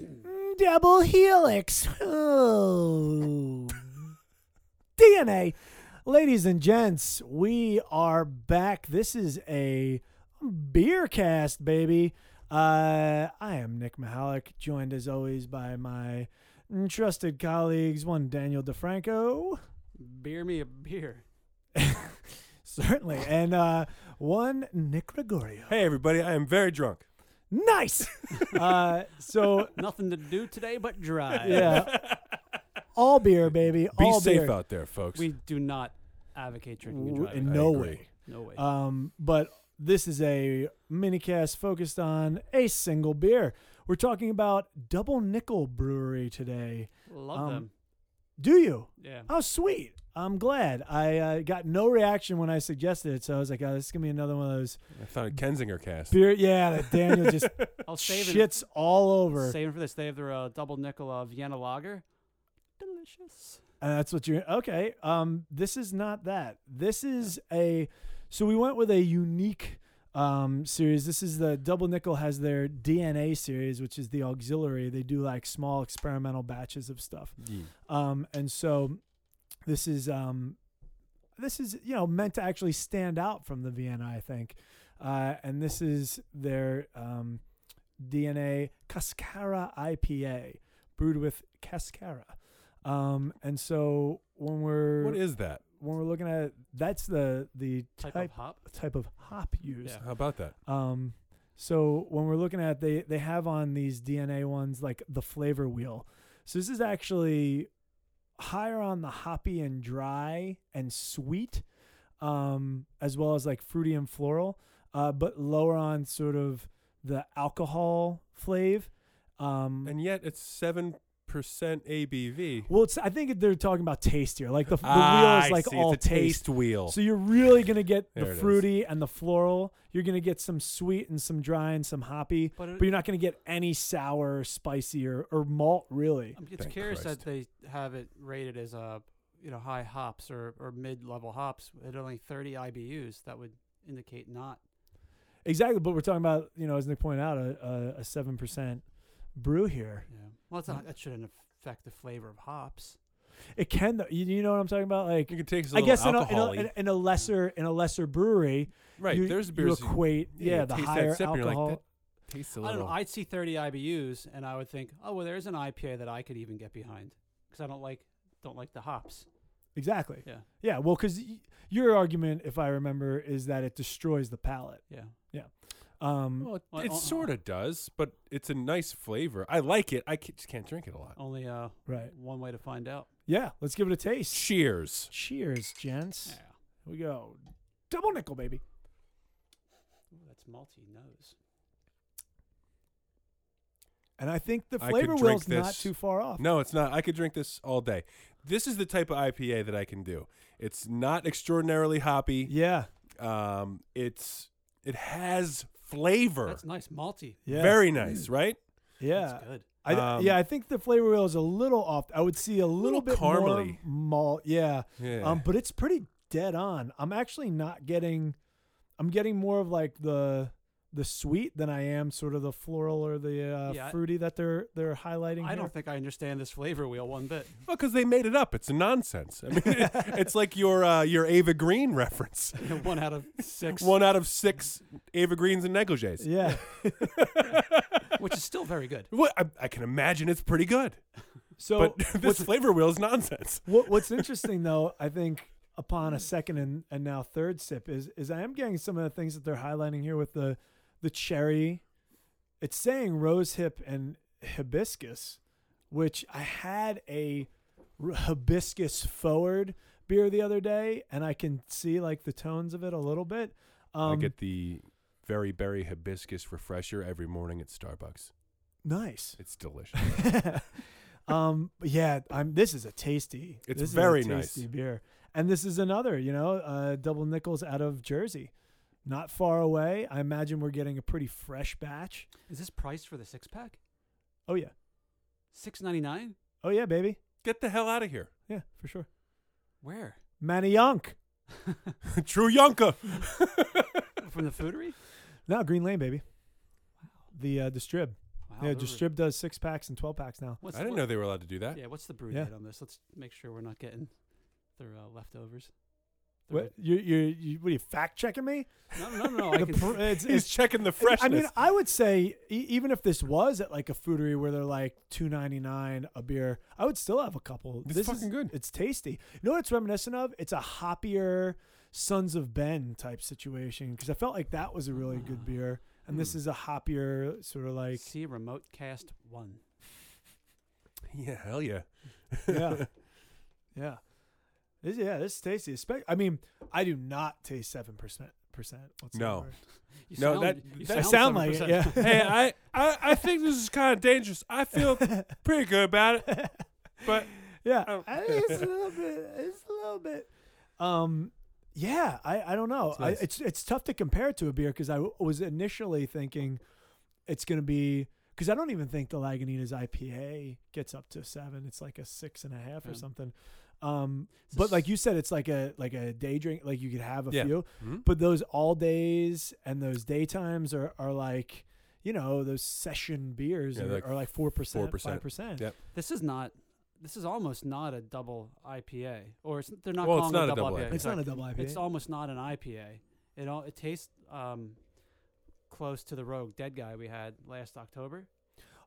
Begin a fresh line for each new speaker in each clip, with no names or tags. Mm, Double helix. Oh. DNA. Ladies and gents, we are back. This is a beer cast, baby. Uh, I am Nick Mahalik, joined as always by my trusted colleagues, one Daniel DeFranco.
Beer me a beer.
Certainly. And uh, one Nick Gregorio.
Hey, everybody, I am very drunk.
Nice. uh, so
Nothing to do today but drive.
yeah, all beer, baby.
Be
all
safe
beer.
out there, folks.
We do not advocate drinking and
W-
driving.
In no
agree.
way.
no way.
Um, but this is a minicast focused on a single beer. We're talking about Double Nickel Brewery today.
Love
um,
them.
Do you?
Yeah.
Oh, sweet. I'm glad. I uh, got no reaction when I suggested it, so I was like, "Oh, this is gonna be another one of those
I found a Kensinger cast.
beer." Yeah, that Daniel just
I'll save it.
shits all over.
Saving for this. They have their uh, double nickel of Vienna lager. Delicious.
And that's what you're okay. Um, this is not that. This is a so we went with a unique um series. This is the Double Nickel has their DNA series, which is the auxiliary. They do like small experimental batches of stuff. Um, and so this is um, this is you know meant to actually stand out from the Vienna, I think. Uh, and this is their um, DNA Cascara IPA, brewed with cascara. Um, and so when we're
What is that?
when we're looking at it, that's the the
Type,
type
of hop.
type of hop used.
Yeah.
How about that?
Um, so when we're looking at they they have on these DNA ones like the flavor wheel. So this is actually higher on the hoppy and dry and sweet, um, as well as like fruity and floral, uh, but lower on sort of the alcohol flavor. Um,
And yet it's 7% ABV.
well, it's, I think they're talking about taste here. Like the, the wheel
Ah,
is
I
like
see.
all
it's a
taste.
taste wheel.
So you're really gonna get
There it
the
is.
fruity and the floral. You're gonna get some sweet and some dry and some hoppy,
But, it,
but you're not gonna get any sour, or spicy, or, or malt really.
I'm just
Thank
curious
Christ.
that they have it rated as uh, you know high hops or, or mid level hops at only 30 IBUs. That would indicate not.
Exactly, but we're talking about you know as Nick pointed out a a seven percent brew here.
Yeah. Well, it's
Mm.
not, that shouldn't affect the flavor of hops.
It can though. You, you know what I'm talking about? Like
you can take a
I
little
guess in a, in, a,
alcohol-y.
in, a, in a lesser in a lesser brewery,
Right,
you,
there's
you
beers that
equate
yeah,
yeah,
you
the
taste that
higher
sip and you're like,
alcohol.
taste a
I don't
little.
know. I'd see 30 IBUs, and I would think, oh well, there's an IPA that I could even get behind because I don't like don't like the hops.
exactly.
Yeah,
Yeah. Well, because your argument, if I remember, is that it destroys the palate.
yeah.
Um,
well, it,
Well,
it
uh,
sort of does, but it's a nice flavor. I like it. I ca- just can't drink it a lot.
Only uh,
right.
one way to find out.
Yeah, let's give it a taste.
Cheers.
Cheers,
Yeah,
gents. Here we go. Double nickel, baby.
Ooh, that's malty nose.
And I think the
I could
flavor
drink
wheel's not
this.
too far off.
No, it's not. I could drink this all day. This is the type of IPA that I can do. It's not extraordinarily hoppy.
Yeah.
Um, it's it has flavor.
That's nice, malty.
Yeah.
Very nice, right?
Yeah.
That's good.
I,
Um,
yeah, I think the flavor wheel is a little off. I would see a little,
little
bit
caramely.
more malt. Yeah.
Yeah.
Um, but it's pretty dead on. I'm actually not getting. I'm getting more of like the the sweet than I am sort of the floral or the uh,
Yeah, I-
fruity that they're they're highlighting.
I
here.
don't think I understand this flavor wheel one bit.
well, because they made it up. It's nonsense. I mean, it's like your uh, your Ava Green reference.
one out of six,
One out of six Ava Greens and negligees.
Yeah.
which is still very good.
Well, I, I can imagine it's pretty good,
So
but this flavor wheel is nonsense.
What, what's interesting though, I think upon a second and, and now third sip is is I am getting some of the things that they're highlighting here with the the cherry. It's saying rose hip and hibiscus, which I had a r- hibiscus forward beer the other day, and I can see like the tones of it a little bit. Um,
I get the very berry hibiscus refresher every morning at Starbucks.
nice.
It's delicious.
um, but yeah, I'm. This is a tasty.
It's
this
very
is a
nice.
tasty beer, and this is another. You know, uh, double nickels out of Jersey, not far away. I imagine we're getting a pretty fresh batch.
Is this priced for the six pack?
Oh yeah,
Six ninety nine?
oh yeah, baby,
Get the hell out of here,
yeah, for sure.
Where?
Manny Yonk,
True Yonka.
From the foodery?
no Green Lane, baby. The uh, the strip.
Wow.
yeah,
those are-
Distrib does six packs and twelve packs now.
What's
I didn't
what-
know they were allowed to do that.
Yeah, what's the brew
Yeah.
date on this? Let's make sure we're not getting their uh, leftovers. The
What
red-
you you you what are you fact checking me?
No, no, no. I
The
can,
pr- it's,
He's
it's,
checking the
I
freshness.
mean, I would say e- even if this was at like a foodery where they're like two ninety nine a beer, I would still have a couple.
It's
this is,
fucking good.
It's tasty. You know what it's reminiscent of? It's a hoppier Sons of Ben type situation because I felt like that was a really good beer, and this
Hmm.
is a hoppier sort of eh, like
see remote cast one.
yeah, hell yeah.
yeah, yeah. This, yeah, this is tasty. Espe- I mean, I do not taste seven percent percent.
No.
You
No,
sound,
that-
you
that-
I
sound,
sound like it.
7%.
Yeah.
hey, I, I, I think this is kind of dangerous. I feel pretty good about it, but
yeah,
Oh.
I think it's a little bit. It's a little bit. Um, yeah, I, I don't know.
It's nice.
I, it's it's tough to compare it to a beer because I w- was initially thinking it's gonna be because I don't even think the Lagunitas IPA gets up to seven. It's like a six and a half
Yeah.
or something. Um,
It's a
but like
s-
you said, it's like a like a day drink. Like you could have a
Yeah.
few.
Mhm.
But those all days and those daytimes are are like. You know those session beers
Yeah,
are,
they're like
are like four percent,
4%.
five percent.
Yeah.
this is not. This is almost not a double IPA, or it's, they're not
Well,
calling
it's not a
it a double
double
IPA.
IPA.
It's not a double IPA.
It's almost not an IPA. It all it tastes um, close to the Rogue Dead Guy we had last October.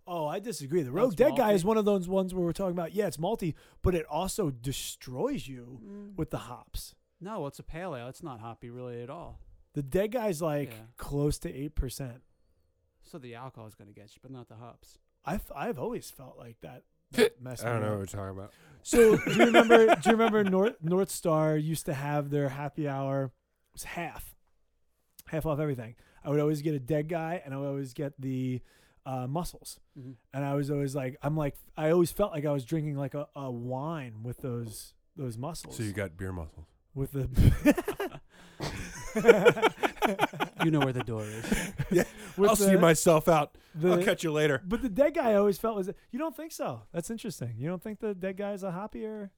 Oh, I disagree. The
No,
Rogue
it's
Dead Guy is
malty.
one of those ones where we're talking about, yeah, it's malty, but it also destroys you with the hops.
No, it's a pale ale. It's not hoppy really at all.
The Dead Guy's like
Yeah.
close to 8%.
So the alcohol is going to get you, but not the hops.
I've, I've always felt like that. that messed
I don't
me
know what
up.
we're talking about.
So do you remember? do you remember North North Star used to have their happy hour it was half, half off everything. I would always get a dead guy, and I would always get the uh, mussels.
Mhm.
and I was always like, I'm like, I always felt like I was drinking like a, a wine with those those muscles.
So you got beer muscles.
with the
You know where the door is.
with
I'll
the,
see myself out.
the-
I'll catch you later.
But the dead guy I always felt was you don't think so. That's interesting. You don't think the dead guy is a hoppier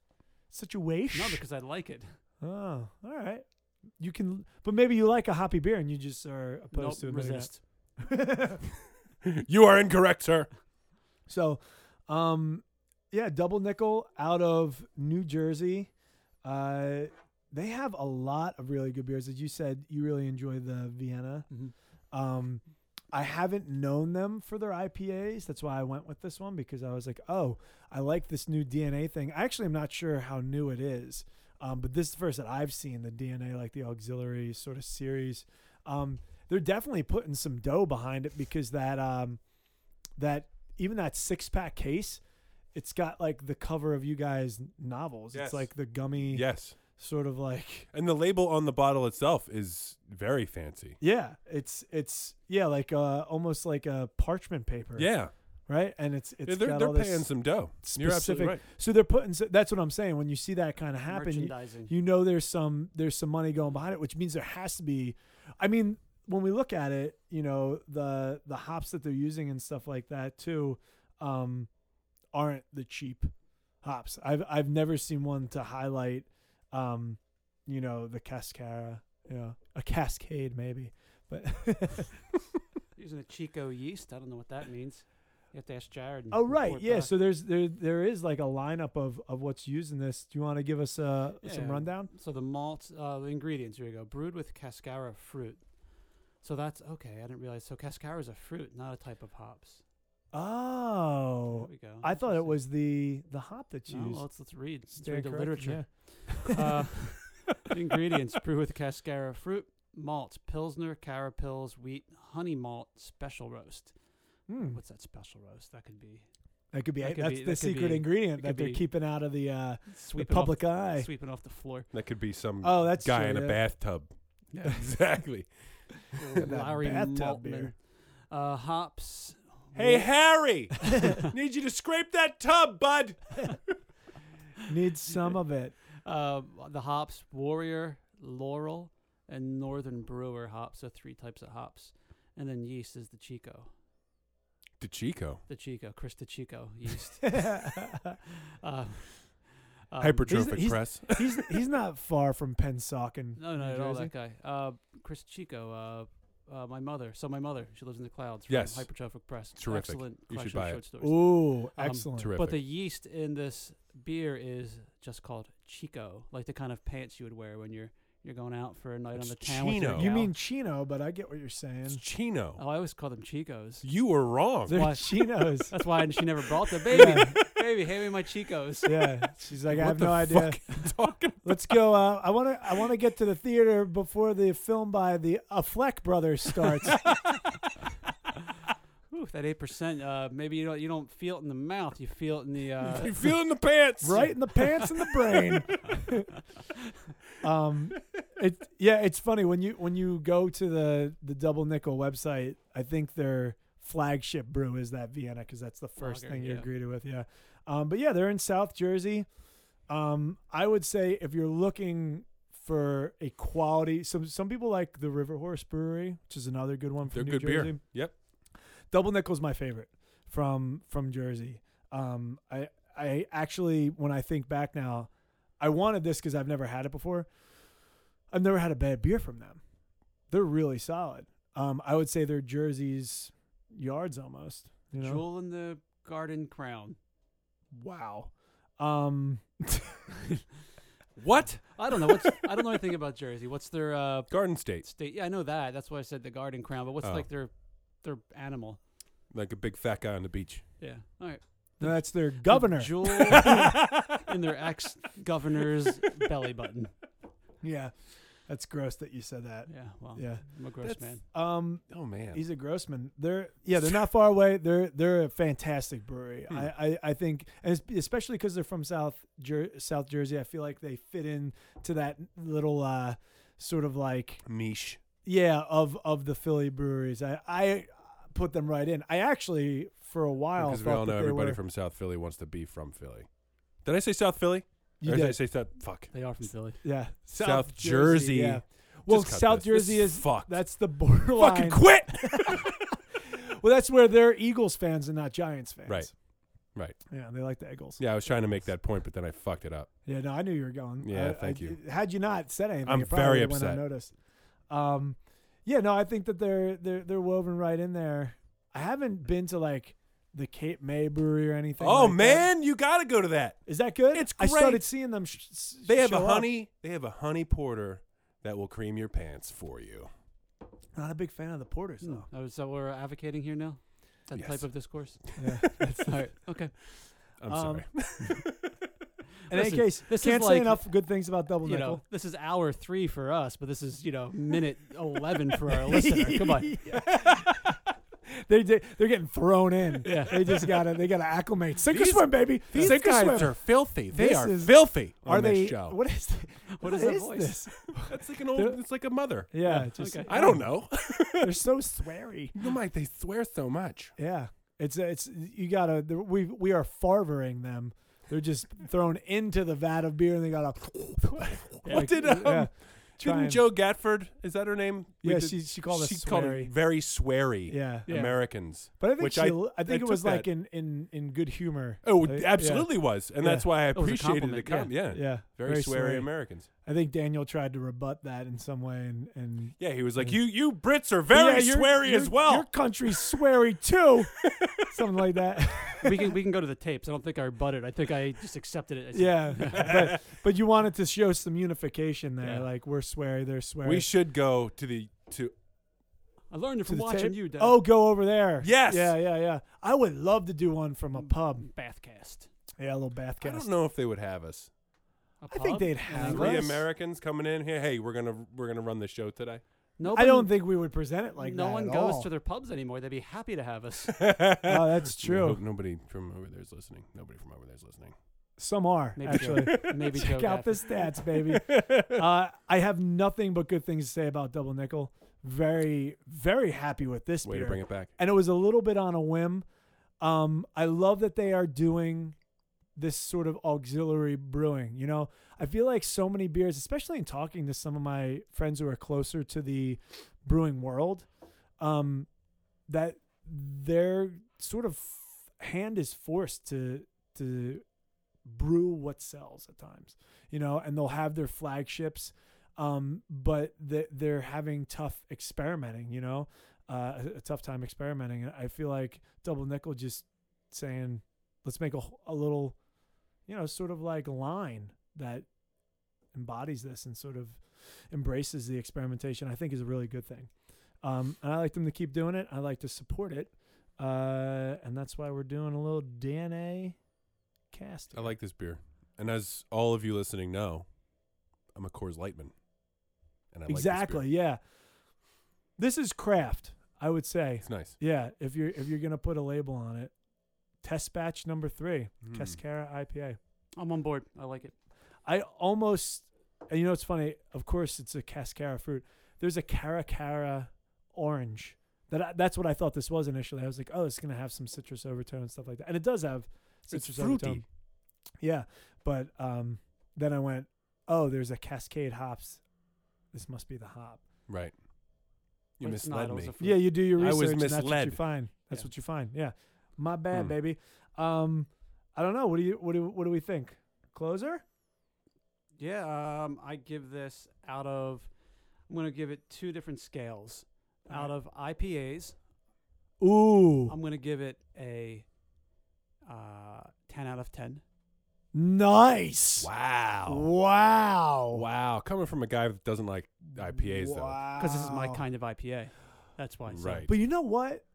situation?
No, because I like it.
oh, all right. You can, but maybe you like a hoppy beer and you just are
Nope,
opposed to admitting
resist.
that.
You are incorrect, sir.
So, um, yeah, double nickel out of New Jersey. Uh, they have a lot of really good beers. As you said, you really enjoy the Vienna.
Mhm.
Um, I haven't known them for their IPAs. That's why I went with this one because I was like, oh, I like this new DNA thing. I actually am not sure how new it is. Um, but this is the first that I've seen the DNA, like the auxiliary sort of series. Um, they're definitely putting some dough behind it because that um, that even that six pack case, it's got like the cover of you guys' novels.
Yes.
It's like the gummy
Yes.
sort of like
And the label on the bottle itself is very fancy.
yeah, it's it's yeah like uh, almost like a parchment paper.
Yeah.
right. And it's it's
Yeah, they're
got
they're
all this
paying some dough. You're absolutely
specific.
right.
So they're putting. So that's what I'm saying. When you see that kind of happen, you-
Merchandising.
you know there's some there's some money going behind it which means there has to be i mean when we look at it you know the the hops that they're using and stuff like that too um aren't the cheap hops i've i've never seen one to highlight um you know the cascara you know a cascade maybe but
Using a Chico yeast. I don't know what that means. You have to ask Jared. and
oh right
report
yeah
back.
so there's there there is like a lineup of of what's used in this do you want to give us uh some
Yeah.
rundown
So the malt, uh, the ingredients. Here we go. Brewed with cascara fruit. So that's okay. I didn't realize. So cascara is a fruit, not a type of hops.
oh
There we go.
I thought it
Interesting.
was the the hop that you
No,
used.
well, let's, let's read. Let's
Stand
read the
corrected,
literature.
yeah.
Uh, ingredients: brew with cascara fruit, malt, pilsner, cara pills, wheat, honey malt, special roast.
Hmm.
What's that special roast? That could be
That could be
that could
that's
be-
the
that could
secret
be-
ingredient that
that could
they're
be
keeping out of the uh, the
sweeping
public
off,
eye.
sweeping off the floor.
That could be
Hmm.
some
Oh, that's
guy
true,
in a
yeah.
bathtub.
Yeah.
exactly.
That
Lowry
bathtub
Maltman.
beer.
Uh, hops.
Hey,
wort-
Harry, need you to scrape that tub, bud.
Needs some of it.
Uh, the hops Warrior, Laurel, and Northern Brewer hops are three types of hops. And then yeast is the Chico.
To Chico.
The Chico, Chris the Chico yeast. uh, um,
Hypertrophic
he's-
press.
he's he's not far from Pensauken.
No, not
New
at all,
Jersey.
that guy. Uh, Chris Chico, uh, uh, my mother. So my mother, she lives in the clouds.
Yes.
From Hypertrophic Press.
Terrific.
Excellent
You should
collection of
buy
short
it.
stories.
Ooh, excellent.
Terrific.
But the yeast in this beer is just called Chico, like the kind of pants you would wear when you're you're going out for a night on
It's
the town. With your
Chino.
you
gal.
mean chino, but I get what you're
It's
saying.
Chino.
Oh, I always call them Chicos.
You were wrong.
They're
Why?
chinos.
That's why she never brought them. Baby,
yeah,
baby, hand me my Chicos.
yeah. She's like, I
What
have
the
no idea.
fuck are you talking
Let's go. Uh, I want to. I want to get to the theater before the film by the Affleck brothers starts.
Ooh, that eight percent. Uh, maybe you don't you don't feel it in the mouth. You feel it in the. Uh,
you feel in the pants.
right in the pants and the brain. um, it yeah, it's funny when you when you go to the the Double Nickel website. I think their flagship brew is that Vienna because that's the first
Lager,
thing you're
yeah.
greeted with. Yeah, um, but yeah, they're in South Jersey. Um, I would say if you're looking for a quality, some some people like the River Horse Brewery, which is another good one from
They're
New
good
Jersey.
beer. Yep.
Double Nickel's my favorite from from Jersey. Um, I I actually when I think back now, I wanted this because I've never had it before. I've never had a bad beer from them. They're really solid. Um, I would say they're Jersey's yards almost. You know?
Jewel in the Garden Crown.
Wow. Um,
What?
I don't know. What's, I don't know anything about Jersey. What's their uh,
Garden State.
state? Yeah, I know that. That's why I said the Garden Crown. But what's
Oh.
like their their animal?
Like a big fat guy on the beach.
Yeah. All right. The-
that's their governor.
Jewel in their ex governor's belly button.
yeah, that's gross that you said that.
Yeah. Well.
Yeah.
I'm a gross
That's-
man.
Um,
Oh man.
He's a Grossman. They're yeah, they're not far away. They're they're a fantastic brewery.
Hmm.
I, I I think, and es- especially because they're from South Jer- South Jersey, I feel like they fit in to that little uh, sort of like
Mish.
yeah of of the Philly breweries. I I put them right in. I actually for a while
Because we
thought
all
that
know
they
everybody
were-
from South Philly wants to be from Philly. Did I say South Philly?
you
or did I
did,
say South? Fuck.
They are from Philly.
yeah
South, Jersey.
Jersey, yeah. Well,
Just cut
South
this.
Jersey
This
is
fucked.
that's the
fucking
borderline.
quit.
well, that's where they're Eagles fans and not Giants fans.
Right. Right.
Yeah, they like the Eagles.
Yeah, I was trying to make that point, but then I fucked it up.
Yeah, no, I knew you were going.
Yeah,
I-
thank
I-
you.
Had you not said anything,
I'm
it probably
very
would've went
upset.
Unnoticed. Um, yeah, no, I think that they're they're they're woven right in there. I haven't been to like the Cape May Brewery or anything.
Oh
like that.
man, you gotta go to that.
is that good?
It's
I started
great.
seeing them. Sh- sh-
They have a
show up.
honey. They have a honey porter that will cream your pants for you.
Not a big fan of the porters
Hmm.
though.
Oh, Is that what we're advocating here now? That
Yes.
type of discourse.
Yeah.
All right. Okay.
I'm
Um,
sorry.
In
Listen,
any case,
this
can't
is
say
like-
enough good things about Double
you
Nickel.
know, this is hour three for us, but this is you know minute eleven for our listener. Come on.
they did, they're getting thrown in.
Yeah.
They just gotta they gotta acclimate. Sink or
These-
swim, baby.
These
Sink or
guys
swim.
are filthy. They
This
are
is-
filthy
Are
on this
they?
show.
What is?
What is that voice?
This?
That's like an old. It's like a mother.
Yeah,
Yeah,
just,
okay.
I don't know.
They're so sweary.
You might they swear so much.
Yeah, it's it's you gotta. they're- We we are farvering them. They're just thrown into the vat of beer and they gotta.
Yeah,
What did um,
yeah, try
didn't
and-
Joe Gatford? Is that her name? We
yeah,
did-
she she called us
she
sweary.
called it very sweary
yeah.
Yeah.
Americans.
but I think
Which
she,
I-
I, think it
took
was like
that.
in in in good humor.
Oh,
I-
it
Uh, yeah,
absolutely was, and
Yeah.
that's why I
was a
appreciated the
compliment, yeah.
comment. Yeah.
Yeah,
very, sweary, Americans.
I think Daniel tried to rebut that in some way, and and
Yeah, he was like, "You, you Brits are very
Yeah, your-
sweary
your-
as well."
Your country's sweary too, something like that.
we can we can go to the tapes. I don't think I butted. I think I just accepted it. as-
Yeah, but, but you wanted to show some unification there,
Yeah.
like we're sweary, they're sweary.
we should go to the to.
I learned it
To
from
the
watching
tape?
you, Dad.
Oh, go over there.
Yes.
Yeah, yeah, yeah. I would love to do one from a pub.
Bathcast.
Yeah, a little bath
I
cast.
don't know if they would have us.
A
I think
pub?
they'd
In
have
England?
Three
us.
Americans coming in here. Hey, we're gonna we're gonna run the show today.
No,
I don't
one-
think we would present it like
no
that.
one
at
goes
all.
to their pubs anymore. They'd be happy to have us.
Oh, that's
I hope
true.
nobody from over there is listening. Nobody from over there is listening.
Some are
Maybe
actually.
Joe, maybe
Check
Joe
out the
Gaffney.
stats, baby. uh, I have nothing but good things to say about Double Nickel. Very, very happy with this
Way
beer.
to bring it back.
and it was a little bit on a whim. Um, I love that they are doing this sort of auxiliary brewing. You know, I feel like so many beers, especially in talking to some of my friends who are closer to the brewing world, um, that their sort of hand is forced to to brew what sells at times. You know, and they'll have their flagships. um, but they, they're having tough experimenting, you know, uh, a, a tough time experimenting. And I feel like Double Nickel just saying, let's make a, wh- a little, you know, sort of like line that embodies this and sort of embraces the experimentation, I think is a really good thing. Um, and I like them to keep doing it. I like to support it. Uh, and that's why we're doing a little DNA cast.
I like this beer, and as all of you listening know, I'm a Coors Lightman, and I
exactly.
Like this beer.
yeah. This is craft, I would say.
It's nice.
Yeah, if you're if you're gonna put a label on it, test batch number three,
Mm.
Cascara IPA.
I'm on board. I like it.
I almost, and you know, it's funny. Of course, it's a cascara fruit. There's a cara cara orange. That I, that's what I thought this was initially. I was like, oh, it's gonna have some citrus overtone and stuff like that, and it does have
It's
citrus
fruity.
overtone. Yeah, but um, then I went, oh, there's a Cascade hops. This must be the hop.
Right. You
But it's not,
misled
it was
me.
a fruit.
Yeah, you do your
I
research.
was
and that's what you
misled.
find. That's
Yeah.
what you find. Yeah, my bad,
Hmm.
baby. Um, I don't know. What do you what do what do we think? Closer?
Yeah, um, I give this out of. I'm gonna give it two different scales. Out of IPAs,
Ooh,
I'm gonna give it a uh, ten out of ten.
nice.
Wow.
Wow.
Wow. Coming from a guy that doesn't like IPAs, though.
Because this is my
Wow.
kind of IPA. That's why. So.
Right.
But you know what?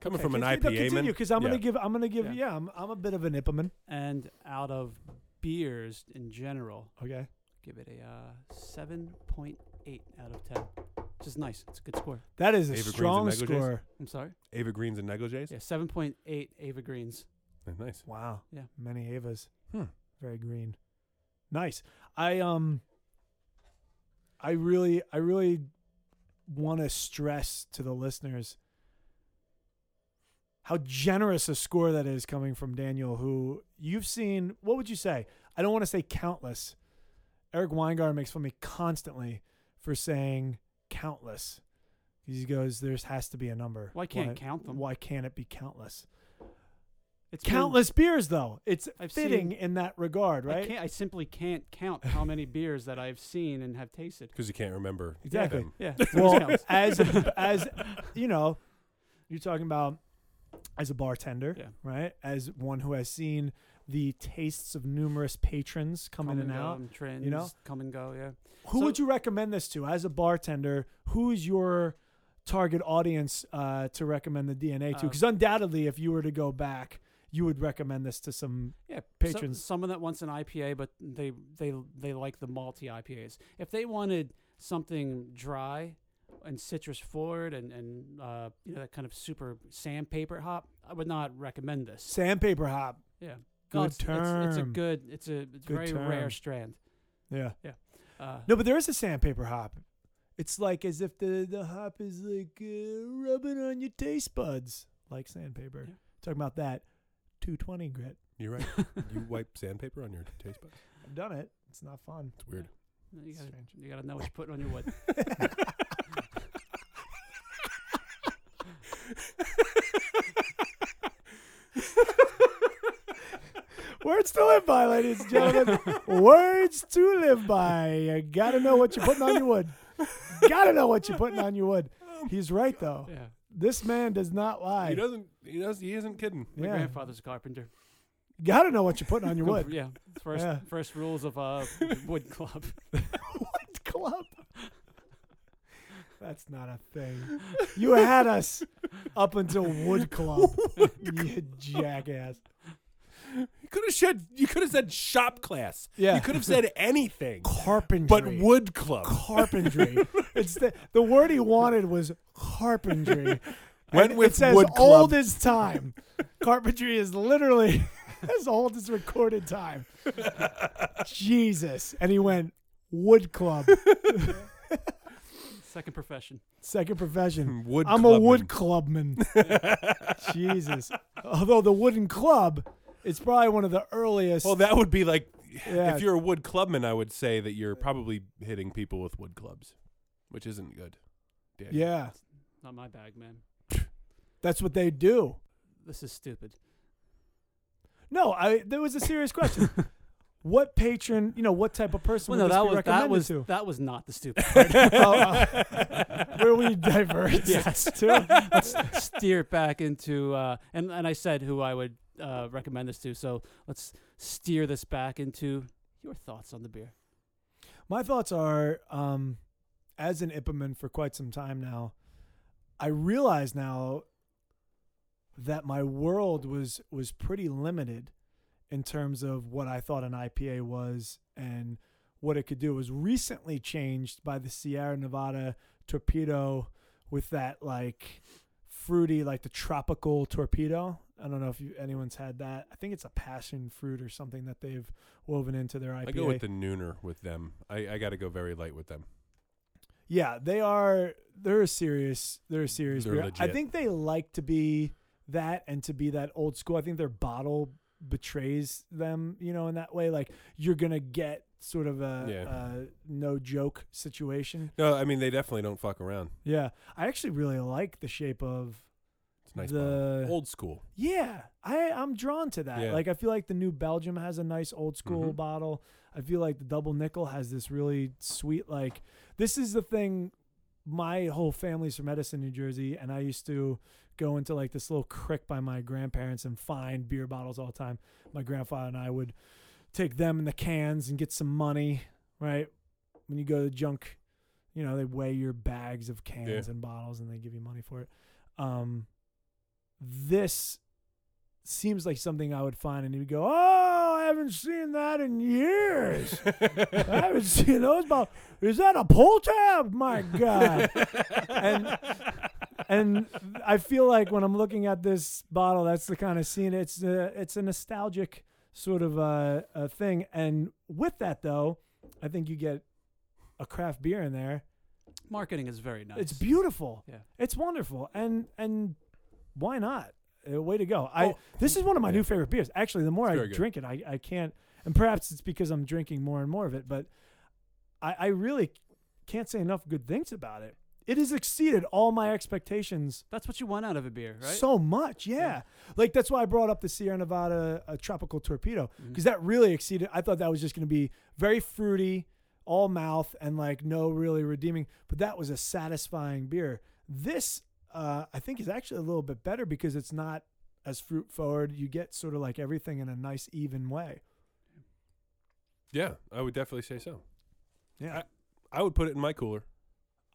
Coming
Okay,
from an
con- no,
IPA man.
continue, because I'm
Yeah.
gonna give. I'm gonna give.
Yeah.
Yeah, I'm, I'm a bit of an ipaman.
And out of beers in general,
Okay.
give it a uh, seven point eight out of ten, which is nice. It's a good score.
That is a
Ava Green's
strong
and Michael Jackson?
score.
I'm sorry.
Ava Greens and negligees.
Yeah, seven point eight Ava Greens.
Yeah, Nice.
Wow.
Yeah.
Many Avas.
Hmm.
Very green. Nice. I um I really I really want to stress to the listeners how generous a score that is coming from Daniel who you've seen what would you say? I don't want to say countless. Eric Weingart makes fun of me constantly for saying countless. He goes, there has to be a number.
Why can't count them?
Why can't it be countless?
It's been-
countless beers though. It's
I've
fitting
seen-
in that regard,
I,
right?
can't, I simply can't count how many beers that I've seen and have tasted.
Because you can't remember.
Exactly.
them.
Yeah.
Well, as as you know, you're talking about as a bartender,
Yeah.
right? As one who has seen the tastes of numerous patrons come, in and
go,
out.
um, Trends,
know?
come and go. Yeah.
Who
So-
would you recommend this to as a bartender? Who is your target audience uh, to recommend the DNA to?
Um,
Because undoubtedly, if you were to go back, you would recommend this to some.
Yeah, so-
Patrons.
someone that wants an IPA, but they they they like the malty IPAs. If they wanted something dry and citrus forward and and uh, you know that kind of super sandpaper hop, I would not recommend this.
Sandpaper hop.
Yeah,
Good
it's, it's- It's, a
term.
good. It's a it's
Good
very
term.
rare strand.
Yeah.
Uh,
No, but there is a sandpaper hop. It's like as if the the hop is like uh, rubbing on your taste buds, like sandpaper.
Yeah.
Talking about that, two twenty grit.
You're right. you wipe sandpaper on your taste buds.
I've done it. It's not fun.
It's weird.
you gotta,
strange.
you gotta know what you're putting on your wood.
Words to live by, ladies and gentlemen. Words to live by. You gotta know what you're putting on your wood. gotta know what you're putting on your wood. He's right though.
Yeah,
This man does not lie.
He doesn't. He does. He isn't kidding.
my
yeah.
grandfather's a carpenter.
Gotta know what you're putting on your wood.
Yeah, first
Yeah.
first rules of uh wood club.
what club? That's not a thing. You had us up until Wood Club, you jackass.
You could have said. You could have said shop class.
Yeah.
You could have said anything.
Carpentry.
But wood club.
carpentry. it's the, the word he wanted was carpentry.
Went
And
with
it says
wood club.
old as time. Carpentry is literally as old as recorded time. Jesus. And he went wood club.
Second profession.
Second profession.
Wood.
I'm a
clubman.
wood clubman. Jesus. Although the wooden club is probably one of the earliest.
Oh,
Well, that would be like
Yeah.
if you're a wood clubman, I would say that you're probably hitting people with wood clubs, which isn't good. Dan.
yeah,
Not my bag, man.
that's what they do.
This is stupid.
No, I. That was a serious question. what patron, you know, what type of person
Well,
would
no,
this
that
be recommended
was that was
to?
that was not the stupid part.
Oh, where we divert
Yes.
to.
let's steer it back into uh, and and I said who I would uh, recommend this to. So let's steer this back into your thoughts on the beer.
My thoughts are, um, as an Ipperman for quite some time now, I realize now that my world was was pretty limited in terms of what I thought an IPA was and what it could do. It was recently changed by the Sierra Nevada torpedo with that like fruity, like the tropical torpedo. I don't know if you, anyone's had that. I think it's a passion fruit or something that they've woven into their IPA.
I go with the nooner with them. I, I got to go very light with them.
Yeah, they are. They're a serious. They're a serious.
They're
beer. I
legit.
think they like to be that and to be that old school. I think their bottle betrays them. You know, in that way, like you're gonna get sort of a,
Yeah.
a no joke situation.
No, I mean they definitely don't fuck around.
Yeah, I actually really like the shape of
It's a nice. bottle.
the.
Old school.
Yeah, I I'm drawn to that.
Yeah.
Like I feel like the new Belgium has a nice old school
Mhm.
bottle. I feel like the double nickel has this really sweet like this is the thing my whole family's from Edison, New Jersey, and I used to go into like this little creek by my grandparents and find beer bottles all the time. My grandfather and I would take them in the cans and get some money, right? When you go to junk, you know, they weigh your bags of cans and bottles and they give you money for it. Um this seems like something I would find and you'd go, Oh, I haven't seen that in years. I haven't seen those bottles. Is that a pull tab? My God. and and I feel like when I'm looking at this bottle, that's the kind of scene. It's a, it's a nostalgic sort of uh a thing. And with that though, I think you get a craft beer in there
Marketing is very nice.
it's beautiful.
Yeah.
It's wonderful. And and why not? Uh, way to go. I
Oh.
this is one of my
Yeah.
new favorite beers. Actually, the more
It's
I
very good.
drink it, I, I can't and perhaps it's because I'm drinking more and more of it, but I, I really can't say enough good things about it. It has exceeded all my expectations
That's what you want out of a beer, right?
so much. Yeah.
Yeah.
Like that's why I brought up the Sierra Nevada uh, tropical torpedo
Mhm.
because that really exceeded. I thought that was just going to be very fruity, all mouth, and like no really redeeming. But that was a satisfying beer. This, uh, I think, is actually a little bit better because it's not as fruit forward. You get sort of like everything in a nice, even way.
yeah, I would definitely say so.
Yeah,
I would put it in my cooler.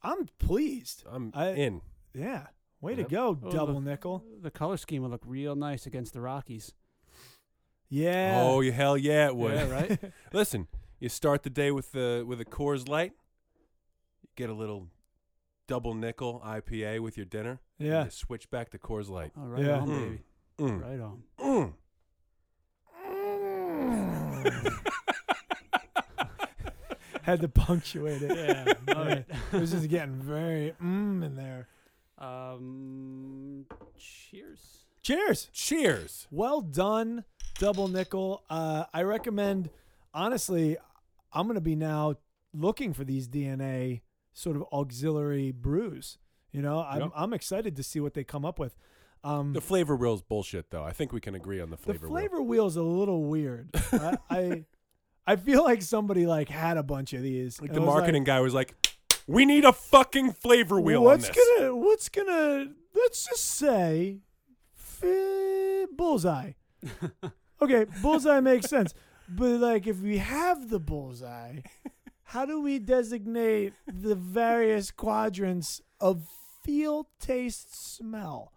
I, am pleased.
I'm
I-
in.
Yeah, way to
Yep.
go,
Oh,
double
look.
nickel.
the color scheme would look real nice against the Rockies.
Yeah.
Oh yeah, hell yeah, it would.
Yeah, right.
Listen, you start the day with the with a Coors Light. Get a little double nickel IPA with your dinner. and
Yeah.
you switch back to Coors Light.
All right
Yeah.
on,
Mm.
baby.
Mm.
Right on.
Mm.
Mm. Had to punctuate it.
Yeah. All
Yeah.
right.
it was just getting very mm in there.
Um. Cheers.
Cheers.
Cheers.
Well done, double nickel. Uh, I recommend. Honestly, I'm gonna be now looking for these DNA sort of auxiliary brews. You know, I'm
Yep.
I'm excited to see what they come up with. Um,
The flavor wheel's bullshit, though. I think we can agree on the
the
flavor.
flavor,
wheel.
wheel's a little weird. I, I I feel like somebody like had a bunch of these.
Like
and
the
was like,
marketing guy was like, "We need a fucking flavor wheel
What's
on this."
gonna What's gonna Let's just say, fi- bullseye. okay, bullseye makes sense. But like, if we have the bullseye, how do we designate the various quadrants of feel, taste, smell?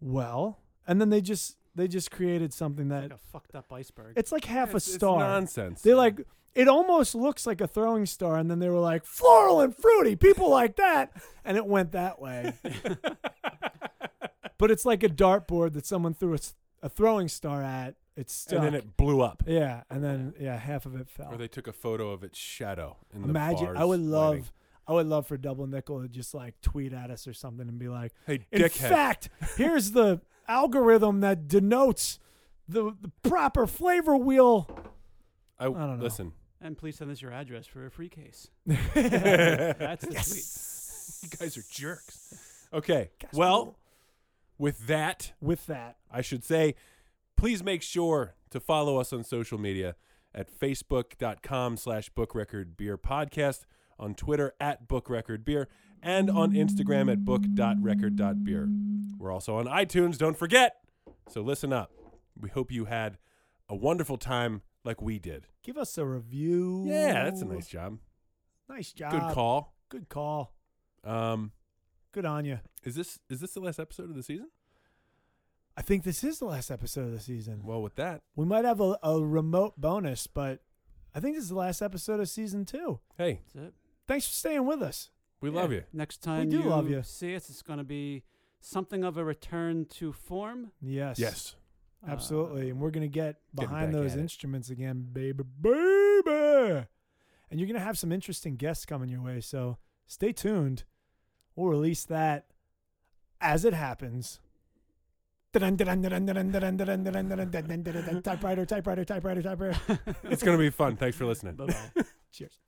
Well, and then they just they just created something that
Like a fucked up iceberg.
it's like half a
It's- it's
star.
nonsense.
They like it almost looks like a throwing star, and then they were like floral and fruity, people like that, and it went that way. but it's like a dartboard that someone threw a, s- a throwing star at. It's stuck.
and then it blew up.
yeah, and then yeah, half of it fell.
Or they took a photo of its shadow in the
Imagine,
bars
I would love,
lighting.
I would love for Double Nickel to just like tweet at us or something and be like,
Hey,
in
dickhead.
fact, here's the algorithm that denotes the, the proper flavor wheel.
I, w-
I don't know.
Listen.
and please send us your address for a free case. That's the tweet.
You guys are jerks. Okay. Well, with that,
with that.
I should say, please make sure to follow us on social media at facebook.com slash book record beer podcast, on Twitter at book record beer, and on Instagram at book.record.beer. We're also on iTunes, don't forget. So listen up. We hope you had a wonderful time like we did.
Give us a review.
Yeah, that's a nice job.
nice job.
Good call.
Good call.
Um,
Good on you.
is this is this the last episode of the season?
I think this is the last episode of the season.
Well, with that,
We might have a, a remote bonus, but I think this is the last episode of season two.
hey,
That's it.
Thanks for staying with us.
we love
Yeah.
you.
Next time
do love you.
see us, it's going to be something of a return to form.
Yes.
Yes.
Uh,
Absolutely. and we're going to get
Getting
behind
back
those
at it.
instruments again, baby, baby. And you're going to have some interesting guests coming your way. So stay tuned. We'll release that as it happens. Typewriter, typewriter, typewriter, typewriter.
It's going to be fun. Thanks for listening.
Bye-bye.
Cheers.